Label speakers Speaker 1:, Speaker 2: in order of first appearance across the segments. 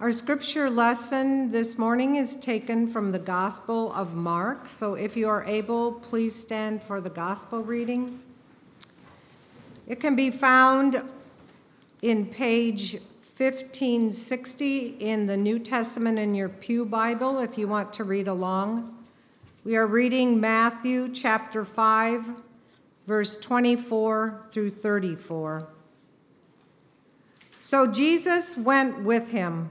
Speaker 1: Our scripture lesson this morning is taken from the Gospel of Mark. So if you are able, please stand for the Gospel reading. It can be found in page 1560 in the New Testament in your Pew Bible if you want to read along. We are reading Matthew chapter 5, verse 24 through 34. So Jesus went with him.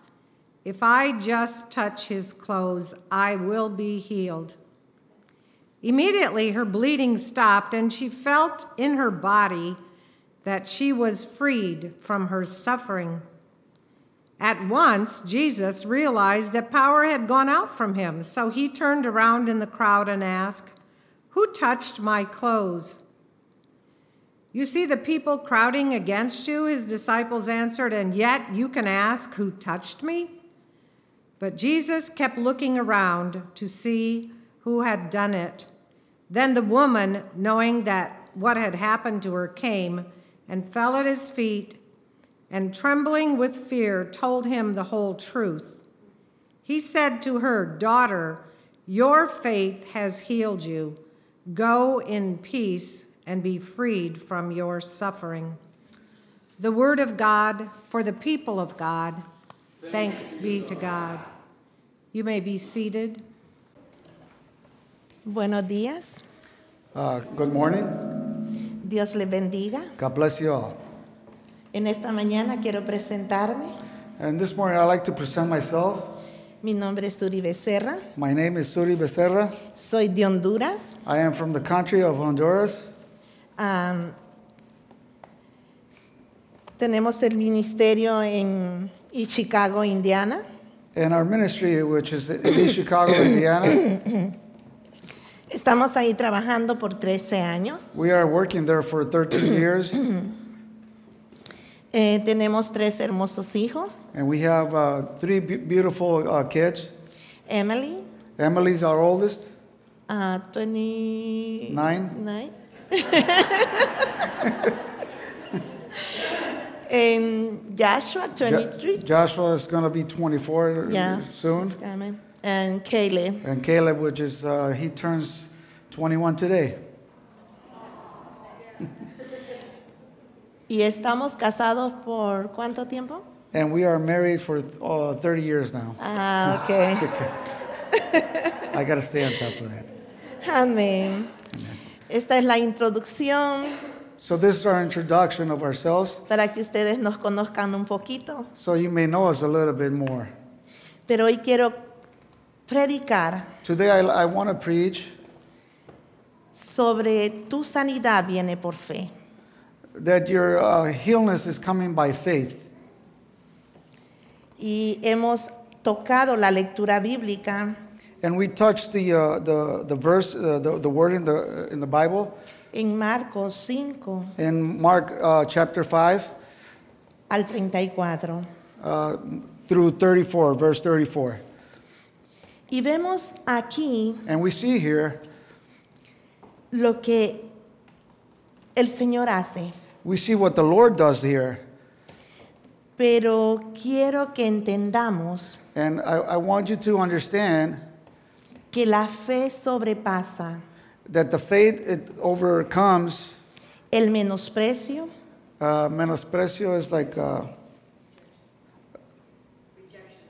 Speaker 1: if I just touch his clothes, I will be healed. Immediately her bleeding stopped, and she felt in her body that she was freed from her suffering. At once, Jesus realized that power had gone out from him, so he turned around in the crowd and asked, Who touched my clothes? You see the people crowding against you, his disciples answered, and yet you can ask, Who touched me? But Jesus kept looking around to see who had done it. Then the woman, knowing that what had happened to her, came and fell at his feet, and trembling with fear, told him the whole truth. He said to her, Daughter, your faith has healed you. Go in peace and be freed from your suffering. The word of God for the people of God. Thanks be to God. You may be seated.
Speaker 2: Buenos días.
Speaker 3: Uh, good morning.
Speaker 2: Dios les bendiga.
Speaker 3: God bless you all.
Speaker 2: En esta mañana quiero presentarme.
Speaker 3: And this morning, I'd like to present myself.
Speaker 2: Mi nombre es Uri Becerra.
Speaker 3: My name is Suri Becerra.
Speaker 2: Soy de Honduras.
Speaker 3: I am from the country of Honduras.
Speaker 2: Am, tenemos el ministerio en y Chicago, Indiana.
Speaker 3: And our ministry, which is in East Chicago, Indiana,
Speaker 2: Estamos ahí trabajando por 13 años.
Speaker 3: we are working there for 13 years.
Speaker 2: Eh, tenemos tres hermosos hijos.
Speaker 3: And we have uh, three be- beautiful uh, kids.
Speaker 2: Emily,
Speaker 3: Emily's our oldest.
Speaker 2: ah, 20
Speaker 3: Nine.
Speaker 2: nine. And Joshua,
Speaker 3: Jo-
Speaker 2: 23.
Speaker 3: Joshua is going to be 24
Speaker 2: Yeah.
Speaker 3: soon.
Speaker 2: Scamming. And Kaylee.
Speaker 3: And Caleb, which is, uh, he turns 21 today.
Speaker 2: Y estamos casados por cuánto tiempo?
Speaker 3: And we are married for uh, 30 years now.
Speaker 2: Ah, ok.
Speaker 3: I got to stay on top of that.
Speaker 2: Amén. Esta es la introducción
Speaker 3: So this is our introduction of ourselves,
Speaker 2: para que ustedes nos conozcan un poquito.
Speaker 3: so you may know us a little bit more.
Speaker 2: Pero hoy quiero predicar
Speaker 3: Today I, I want to preach
Speaker 2: sobre tu sanidad viene por fe.
Speaker 3: that your uh, healness is coming by faith.
Speaker 2: Y hemos tocado la lectura bíblica
Speaker 3: And we touched the, uh, the, the verse, uh, the, the word in the, in the Bible
Speaker 2: en Marcos 5
Speaker 3: in Mark uh, chapter 5
Speaker 2: al 34.
Speaker 3: uh, through 34, verse 34.
Speaker 2: Y vemos aquí
Speaker 3: And we see here,
Speaker 2: lo que el Señor hace,
Speaker 3: we see what the Lord does here.
Speaker 2: pero quiero que entendamos
Speaker 3: And I, I want you to understand
Speaker 2: que la fe sobrepasa
Speaker 3: that the faith it overcomes
Speaker 2: el menosprecio,
Speaker 3: Uh, menosprecio is like uh,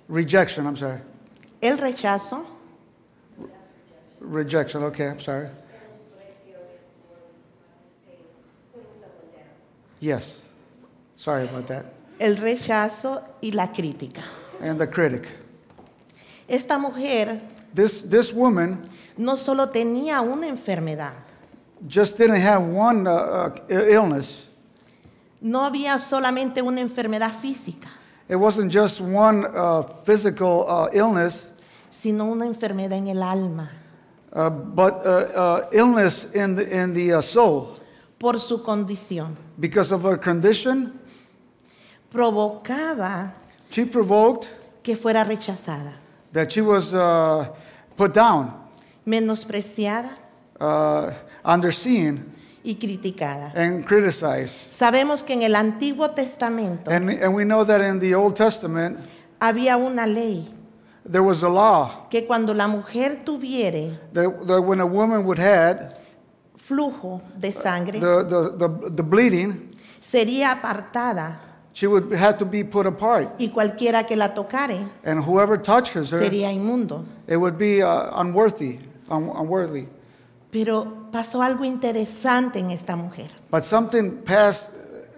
Speaker 3: rejection. I'm sorry.
Speaker 2: el rechazo
Speaker 3: Rejection. Okay, I'm sorry. Yes. Sorry about that.
Speaker 2: el rechazo y la crítica.
Speaker 3: And the critic.
Speaker 2: Esta mujer
Speaker 3: This this woman
Speaker 2: no solo tenía una enfermedad,
Speaker 3: just didn't have one uh, uh, illness.
Speaker 2: no había solamente una enfermedad física,
Speaker 3: It wasn't just one uh, physical uh, illness,
Speaker 2: sino una enfermedad en el alma
Speaker 3: uh, but uh, uh, illness in the, in the uh, soul
Speaker 2: por su condición.
Speaker 3: because of her condition.
Speaker 2: Provocaba
Speaker 3: She provoked
Speaker 2: que fuera rechazada,
Speaker 3: that she was uh, put down,
Speaker 2: menospreciada
Speaker 3: uh, underseen,
Speaker 2: y criticada.
Speaker 3: and criticized.
Speaker 2: Sabemos que en el Antiguo Testamento
Speaker 3: And, and we know that in the Old Testament,
Speaker 2: había una ley
Speaker 3: there was a law
Speaker 2: que cuando la mujer tuviere
Speaker 3: that, that when a woman would had
Speaker 2: flujo de sangre,
Speaker 3: the, the, the, the bleeding,
Speaker 2: sería apartada
Speaker 3: she would have to be put apart.
Speaker 2: y cualquiera que la tocare
Speaker 3: And whoever touches her,
Speaker 2: sería inmundo.
Speaker 3: it would be uh, unworthy, un- unworthy.
Speaker 2: Pero pasó algo interesante en esta mujer.
Speaker 3: But something passed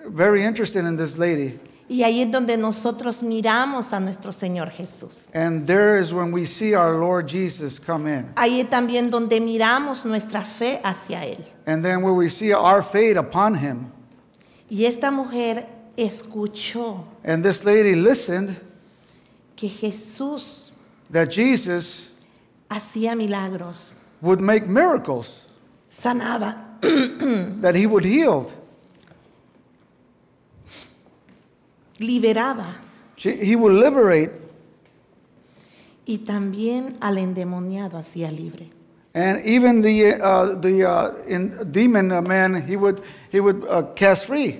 Speaker 3: uh, very interesting in this lady.
Speaker 2: Y ahí es donde nosotros miramos a nuestro Señor Jesús.
Speaker 3: And there is when we see our Lord Jesus come in.
Speaker 2: Ahí es también donde miramos nuestra fe hacia Él.
Speaker 3: And then when we see our fate upon him.
Speaker 2: Y esta mujer escuchó
Speaker 3: And this lady listened
Speaker 2: que Jesús
Speaker 3: that Jesus
Speaker 2: hacía milagros,
Speaker 3: would make miracles,
Speaker 2: sanaba,
Speaker 3: that he would heal.
Speaker 2: liberaba
Speaker 3: She- He would liberate
Speaker 2: y también al endemoniado hacía libre.
Speaker 3: And even the, uh, the uh, in demon uh, man, he would, he would uh, cast free.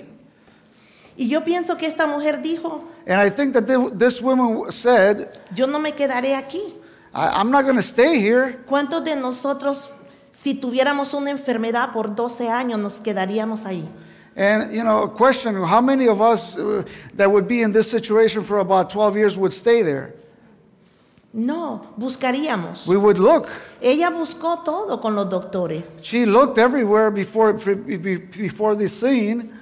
Speaker 2: Y yo pienso que esta mujer dijo,
Speaker 3: And I think that thi- this woman said,
Speaker 2: yo no me quedaré aquí.
Speaker 3: I- I'm not going to stay here.
Speaker 2: ¿Cuántos de nosotros, si tuviéramos una enfermedad por 12 años, nos quedaríamos ahí?
Speaker 3: And, you know, question how many of us uh, that would be in this situation for about 12 years would stay there?
Speaker 2: No, buscaríamos.
Speaker 3: We would look.
Speaker 2: Ella buscó todo con los doctores,
Speaker 3: She looked everywhere before, be- be- before the scene,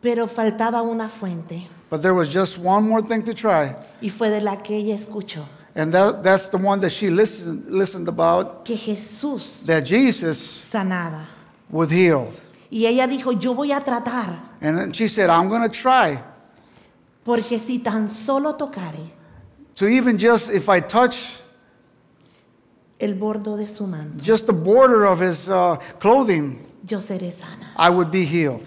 Speaker 2: pero faltaba una fuente
Speaker 3: but there was just one more thing to try.
Speaker 2: y fue de la que ella escuchó,
Speaker 3: And that, that's the one that she listened, listened about
Speaker 2: que Jesús
Speaker 3: that Jesus
Speaker 2: sanaba.
Speaker 3: would heal.
Speaker 2: Y ella dijo, yo voy a tratar,
Speaker 3: And then she said, I'm going to try
Speaker 2: porque si tan solo tocare
Speaker 3: to even just, if I touch
Speaker 2: el bordo de su manto,
Speaker 3: just the border of his uh, clothing,
Speaker 2: yo seré sana.
Speaker 3: I would be healed.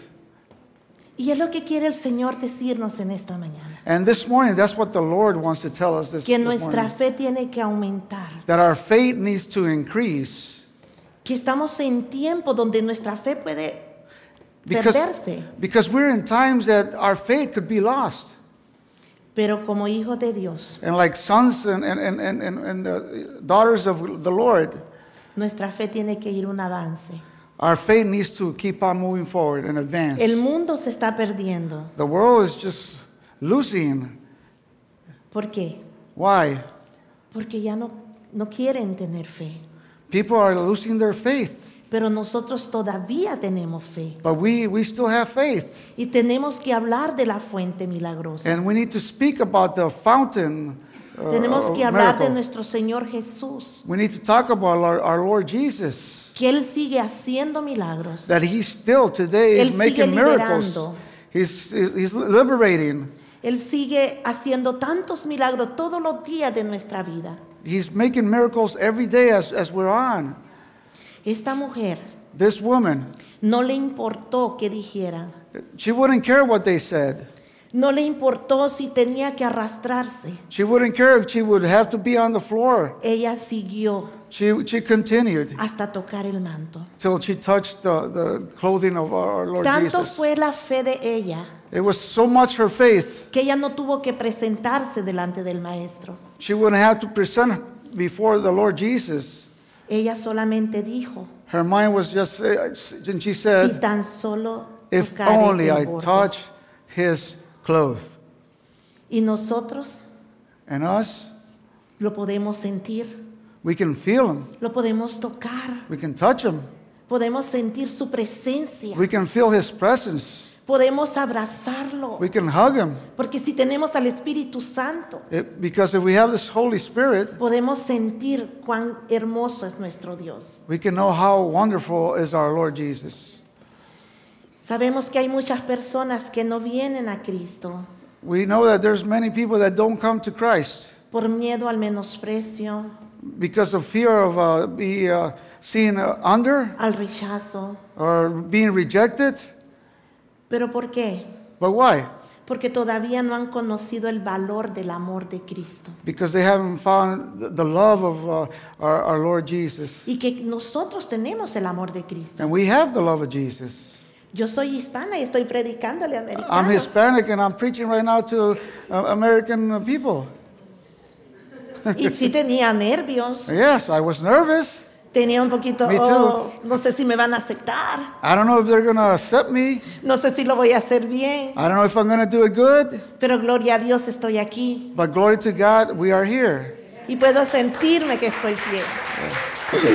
Speaker 2: Y es lo que quiere el Señor decirnos en esta mañana,
Speaker 3: And this morning, that's what the Lord wants to tell us this,
Speaker 2: que
Speaker 3: this
Speaker 2: nuestra
Speaker 3: morning.
Speaker 2: fe tiene que aumentar,
Speaker 3: That our faith needs to increase.
Speaker 2: que estamos en tiempo donde nuestra fe puede perderse,
Speaker 3: because we're in times that our faith could be lost.
Speaker 2: pero como hijos de Dios,
Speaker 3: And like sons and, and, and, and, and, and uh, daughters of the Lord,
Speaker 2: nuestra fe tiene que ir un avance.
Speaker 3: our faith needs to keep on moving forward and advance.
Speaker 2: El mundo se está perdiendo.
Speaker 3: the world is just losing.
Speaker 2: ¿Por qué?
Speaker 3: Why?
Speaker 2: Porque ya no, no quieren tener fe.
Speaker 3: People are losing their faith.
Speaker 2: Pero nosotros todavía tenemos fe.
Speaker 3: But we, we still have faith.
Speaker 2: Y tenemos que hablar de la fuente milagrosa.
Speaker 3: And we need to speak about the fountain. Uh,
Speaker 2: tenemos
Speaker 3: of
Speaker 2: que hablar de
Speaker 3: miracle.
Speaker 2: nuestro Señor Jesús.
Speaker 3: We need to talk about our, our Lord Jesus.
Speaker 2: Que Él sigue haciendo milagros.
Speaker 3: That He still today
Speaker 2: Él
Speaker 3: is
Speaker 2: sigue
Speaker 3: making miracles.
Speaker 2: liberando.
Speaker 3: He's, he's liberating.
Speaker 2: Él sigue haciendo tantos milagros todos los días de nuestra vida.
Speaker 3: He's making miracles every day as, as we're on.
Speaker 2: Esta mujer
Speaker 3: This woman,
Speaker 2: no le importó que dijera.
Speaker 3: she wouldn't care what they said.
Speaker 2: No le importó si tenía que arrastrarse.
Speaker 3: She wouldn't care if she would have to be on the floor.
Speaker 2: Ella siguió
Speaker 3: She, she continued
Speaker 2: hasta tocar el manto.
Speaker 3: till she touched the, the clothing of our Lord
Speaker 2: Tanto
Speaker 3: Oh, Jesus.
Speaker 2: fue la fe de ella
Speaker 3: It was so much her faith
Speaker 2: que ella no tuvo que presentarse delante del maestro.
Speaker 3: She wouldn't have to present before the Lord Jesus.
Speaker 2: Ella solamente dijo,
Speaker 3: Her mind was just, eh, and she
Speaker 2: si
Speaker 3: said,
Speaker 2: tan solo
Speaker 3: if
Speaker 2: tocare
Speaker 3: only
Speaker 2: el
Speaker 3: I
Speaker 2: borde".
Speaker 3: touch his clothes.
Speaker 2: Y nosotros
Speaker 3: And us,
Speaker 2: lo podemos sentir,
Speaker 3: we can feel him.
Speaker 2: lo podemos tocar,
Speaker 3: We can touch him.
Speaker 2: podemos sentir su presencia,
Speaker 3: We can feel his presence.
Speaker 2: podemos abrazarlo.
Speaker 3: We can hug him.
Speaker 2: Porque si tenemos al Espíritu Santo,
Speaker 3: It- because if we have this Holy Spirit,
Speaker 2: podemos sentir cuán hermoso es nuestro Dios.
Speaker 3: we can know how wonderful is our Lord Jesus.
Speaker 2: Sabemos que hay muchas personas que no vienen a Cristo
Speaker 3: We know that there's many people that don't come to Christ
Speaker 2: por miedo al menosprecio,
Speaker 3: because of fear of uh, being uh, seen uh, under
Speaker 2: al rechazo.
Speaker 3: or being rejected.
Speaker 2: ¿Pero por qué?
Speaker 3: But why?
Speaker 2: Porque todavía no han conocido el valor del amor de Cristo.
Speaker 3: Because they haven't found th- the love of uh, our, our Lord Jesus.
Speaker 2: Y que nosotros tenemos el amor de Cristo.
Speaker 3: And we have the love of Jesus.
Speaker 2: Yo soy hispana y estoy predicándole a
Speaker 3: I'm
Speaker 2: americanos.
Speaker 3: Hispanic and I'm preaching right now to uh, American people.
Speaker 2: Y sí tenía nervios.
Speaker 3: Yes, I was nervous.
Speaker 2: Tenía un poquito,
Speaker 3: Me
Speaker 2: oh, no sé si me van a aceptar.
Speaker 3: I don't know if they're going to accept me.
Speaker 2: No sé si lo voy a hacer bien.
Speaker 3: I don't know if I'm going to do it good.
Speaker 2: Pero gloria a Dios estoy aquí.
Speaker 3: But glory to God, we are here.
Speaker 2: Y puedo sentirme que estoy fiel.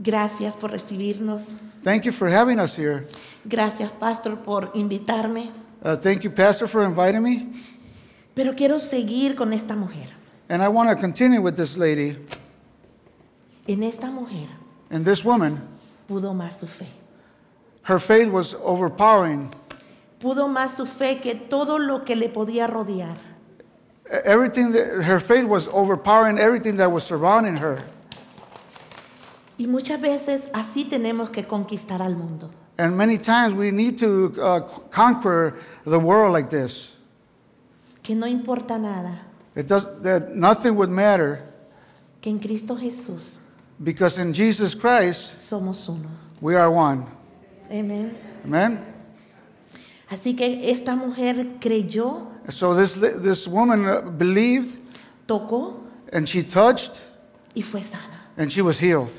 Speaker 2: Gracias por recibirnos.
Speaker 3: Thank you for having us here.
Speaker 2: Gracias, pastor, por invitarme.
Speaker 3: Uh, thank you, Pastor, for inviting me.
Speaker 2: Pero quiero seguir con esta mujer.
Speaker 3: And I want to continue with this lady
Speaker 2: En esta mujer
Speaker 3: and this woman.
Speaker 2: pudo más su fe.
Speaker 3: Her faith was overpowering.
Speaker 2: Pudo más su fe que todo lo que le podía rodear.
Speaker 3: E, Everything that, her faith was overpowering everything that was surrounding her.
Speaker 2: Y muchas veces así tenemos que conquistar al mundo.
Speaker 3: And many times we need to uh, conquer the world like this.
Speaker 2: Que no importa nada.
Speaker 3: It does that nothing would matter
Speaker 2: Que en Cristo Jesús
Speaker 3: because in Jesus Christ
Speaker 2: somos uno.
Speaker 3: we are one.
Speaker 2: Amén.
Speaker 3: Amen.
Speaker 2: Así que esta mujer creyó,
Speaker 3: So this this woman uh, believed
Speaker 2: tocó
Speaker 3: and she touched
Speaker 2: y fue sana.
Speaker 3: and she was healed.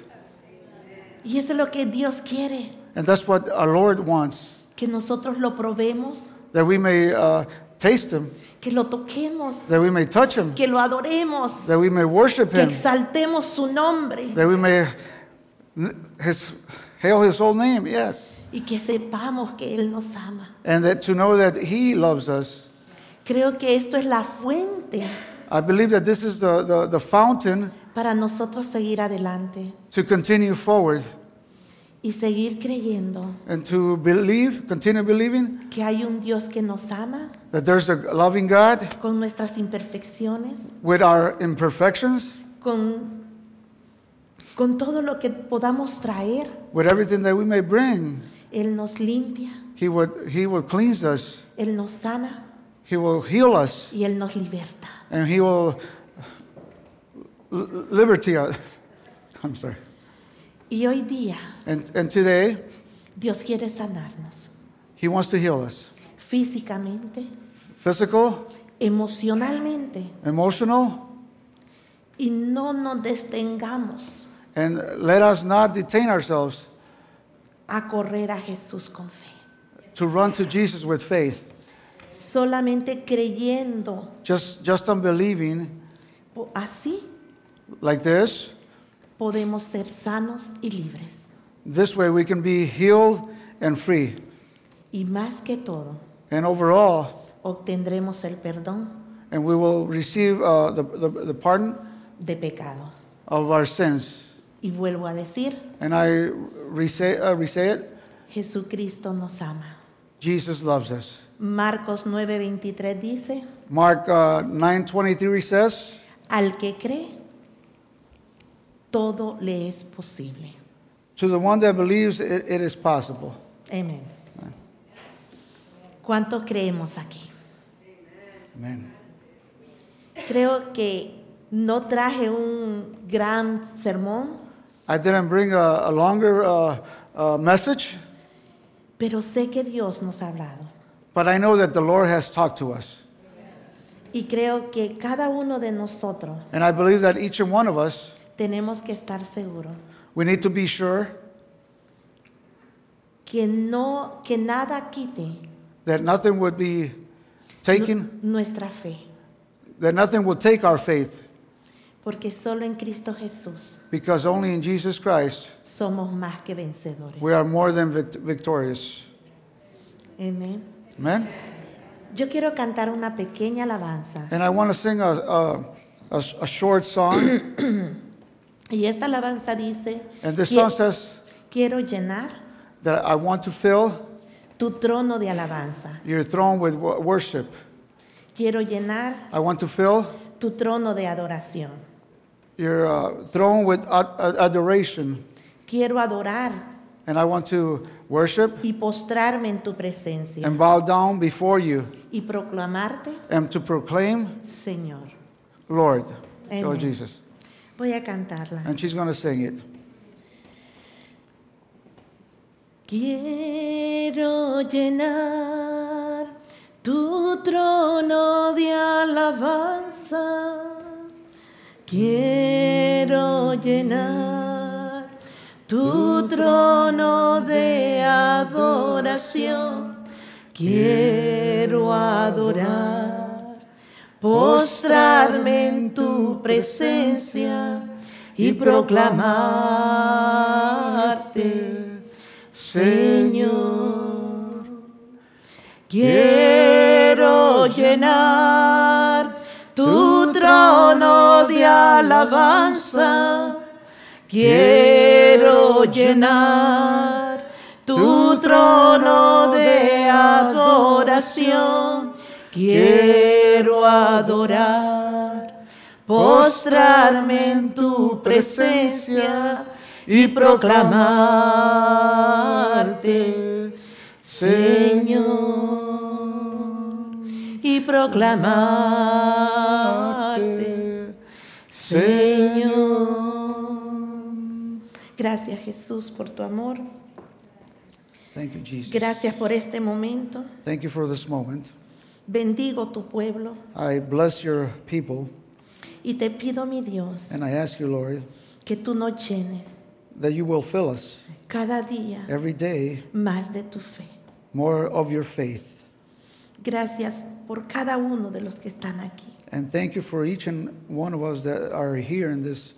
Speaker 2: Y eso es lo que Dios quiere,
Speaker 3: And that's what our Lord wants
Speaker 2: que nosotros lo probemos,
Speaker 3: that we may uh, taste him,
Speaker 2: que lo toquemos,
Speaker 3: that we may touch him,
Speaker 2: que lo adoremos,
Speaker 3: that we may worship
Speaker 2: que
Speaker 3: him,
Speaker 2: exaltemos su nombre
Speaker 3: that we may his, hail his whole name, yes.
Speaker 2: y que sepamos que Él nos ama.
Speaker 3: And that to know that he loves us.
Speaker 2: Creo que esto es la fuente
Speaker 3: I believe that this is the, the, the fountain
Speaker 2: para nosotros seguir adelante
Speaker 3: to continue forward
Speaker 2: y seguir creyendo
Speaker 3: and to believe, continue believing
Speaker 2: que hay un Dios que nos ama
Speaker 3: that there's a loving God
Speaker 2: con nuestras imperfecciones,
Speaker 3: with our imperfections,
Speaker 2: con, con todo lo que podamos traer.
Speaker 3: with everything that we may bring.
Speaker 2: Él nos limpia,
Speaker 3: He would he will cleanse us,
Speaker 2: Él nos sana
Speaker 3: he will heal us,
Speaker 2: y Él nos liberta.
Speaker 3: and he will li- liberty us. I'm sorry.
Speaker 2: Y hoy día
Speaker 3: And and today
Speaker 2: Dios quiere sanarnos
Speaker 3: he wants to heal us.
Speaker 2: físicamente,
Speaker 3: Physical,
Speaker 2: emocionalmente
Speaker 3: emotional,
Speaker 2: y no nos detengamos
Speaker 3: and let us not detain ourselves
Speaker 2: a correr a Jesús con fe.
Speaker 3: to run to Jesus with faith.
Speaker 2: Solamente creyendo
Speaker 3: Just just on believing
Speaker 2: po- así
Speaker 3: like this.
Speaker 2: podemos ser sanos y libres.
Speaker 3: This way we can be healed and free.
Speaker 2: Y más que todo,
Speaker 3: And overall,
Speaker 2: obtendremos el perdón
Speaker 3: and we will receive uh, the, the, the pardon
Speaker 2: de pecados.
Speaker 3: of our sins.
Speaker 2: Y vuelvo a decir,
Speaker 3: And I re-say, uh, re-say it
Speaker 2: Jesucristo nos ama.
Speaker 3: Jesus loves us.
Speaker 2: Marcos 9:23 dice,
Speaker 3: Mark uh, 9 says,
Speaker 2: al que cree, todo le es posible.
Speaker 3: To the one that believes, it, it is possible.
Speaker 2: Amén. ¿Cuánto creemos aquí?
Speaker 3: Amen.
Speaker 2: Creo que no traje un gran sermón,
Speaker 3: I didn't bring a, a longer uh, uh, message,
Speaker 2: pero sé que Dios nos ha hablado.
Speaker 3: but I know that the Lord has talked to us.
Speaker 2: Y creo que cada uno de nosotros
Speaker 3: And I believe that each and one of us,
Speaker 2: tenemos que estar seguros
Speaker 3: we need to be sure
Speaker 2: que no que nada quite
Speaker 3: that nothing would be taken.
Speaker 2: nu- nuestra fe,
Speaker 3: that nothing will take our faith
Speaker 2: porque solo en Cristo Jesús
Speaker 3: because only in Jesus Christ
Speaker 2: somos más que vencedores.
Speaker 3: we are more than vict- victorious.
Speaker 2: Amén.
Speaker 3: Amen?
Speaker 2: Yo quiero cantar una pequeña alabanza
Speaker 3: And I want to sing a, a, a s- a short song.
Speaker 2: y esta alabanza dice
Speaker 3: And this
Speaker 2: "Quie-
Speaker 3: song says
Speaker 2: quiero llenar
Speaker 3: that I want to fill
Speaker 2: tu trono de alabanza.
Speaker 3: your throne with wo- worship.
Speaker 2: Quiero llenar
Speaker 3: I want to fill
Speaker 2: tu trono de adoración.
Speaker 3: your uh, throne with ad- ad- adoration,
Speaker 2: Quiero adorar
Speaker 3: and I want to worship
Speaker 2: y postrarme en tu presencia
Speaker 3: and bow down before you
Speaker 2: y proclamarte
Speaker 3: and to proclaim
Speaker 2: Señor.
Speaker 3: Lord,
Speaker 2: Amen.
Speaker 3: Lord Jesus.
Speaker 2: Voy a cantarla.
Speaker 3: And she's going to sing it.
Speaker 2: Quiero llenar tu trono de alabanza. Quiero llenar tu trono de adoración. Quiero adorar, postrarme en tu presencia y proclamarte. Señor, quiero llenar tu trono de alabanza. Quiero llenar tu trono de adoración. Quiero adorar, postrarme en tu presencia y proclamarte, Señor, y proclamarte, Señor. Gracias Jesús por tu amor.
Speaker 3: Thank you, Jesus.
Speaker 2: Gracias por este momento.
Speaker 3: Thank you for this moment.
Speaker 2: Bendigo tu pueblo
Speaker 3: I bless your people,
Speaker 2: y te pido, mi Dios,
Speaker 3: and I ask you, Lord,
Speaker 2: que tú nos llenes
Speaker 3: that you will fill us
Speaker 2: cada día
Speaker 3: every day
Speaker 2: más de tu fe.
Speaker 3: more of your faith.
Speaker 2: Gracias por cada uno de los que están aquí.
Speaker 3: And thank you for each and one of us that are here in this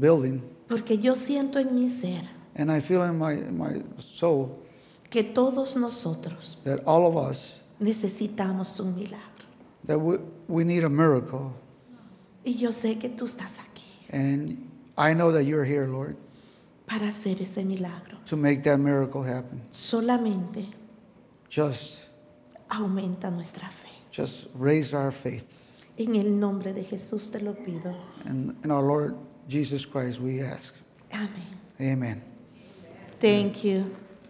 Speaker 3: building.
Speaker 2: Porque yo siento en mi ser
Speaker 3: And I feel in my, in my soul
Speaker 2: que todos nosotros
Speaker 3: that all of us,
Speaker 2: necesitamos un milagro.
Speaker 3: that we, we need a miracle.
Speaker 2: Y yo sé que tú estás aquí
Speaker 3: And I know that you're here, Lord,
Speaker 2: para hacer ese milagro.
Speaker 3: to make that miracle happen.
Speaker 2: Solamente
Speaker 3: Just,
Speaker 2: aumenta nuestra fe.
Speaker 3: just raise our faith.
Speaker 2: En el nombre de Jesús te lo pido.
Speaker 3: And in our Lord Jesus Christ, we ask.
Speaker 2: Amén.
Speaker 3: Amen.
Speaker 2: Thank you.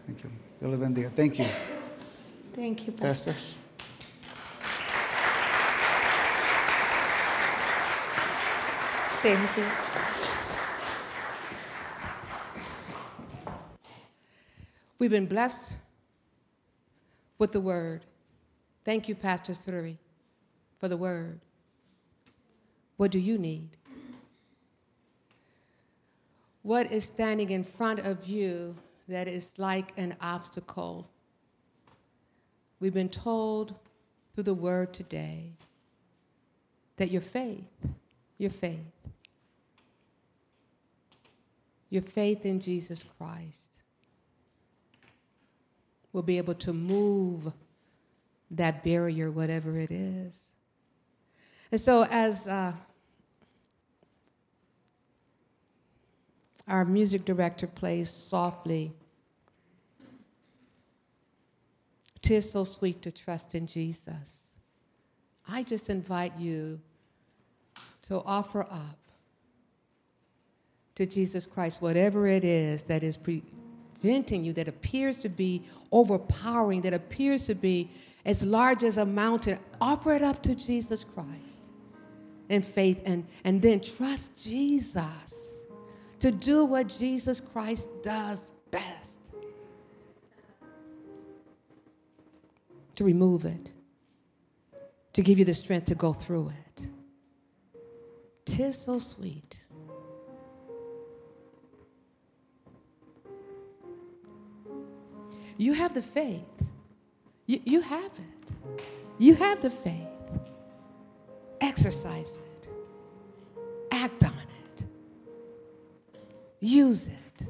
Speaker 3: Thank you. Dios le bendiga. Thank you,
Speaker 2: Thank you, Pastor.
Speaker 3: Pastor.
Speaker 2: Thank you.
Speaker 4: We've been blessed with the word. Thank you, Pastor Suri, for the word. What do you need? What is standing in front of you that is like an obstacle? We've been told through the word today that your faith, your faith, your faith in Jesus Christ will be able to move that barrier, whatever it is. And so, as uh, our music director plays softly, Tis so sweet to trust in Jesus. I just invite you to offer up to Jesus Christ whatever it is that is preventing you, that appears to be overpowering, that appears to be as large as a mountain. Offer it up to Jesus Christ in faith and, and then trust Jesus to do what Jesus Christ does best to remove it, to give you the strength to go through it. Tis so sweet. You have the faith. You, you have it. You have the faith. Exercise it. Act on it. Use it.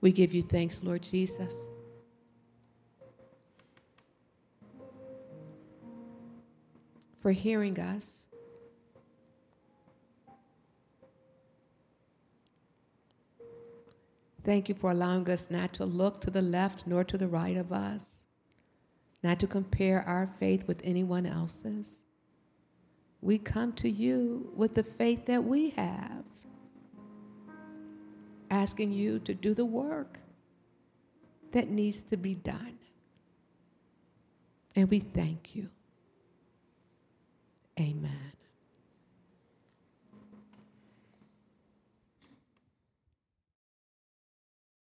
Speaker 4: We give you thanks, Lord Jesus. For hearing us. Thank you for allowing us not to look to the left nor to the right of us, not to compare our faith with anyone else's. We come to you with the faith that we have, asking you to do the work that needs to be done. And we thank you. Amen.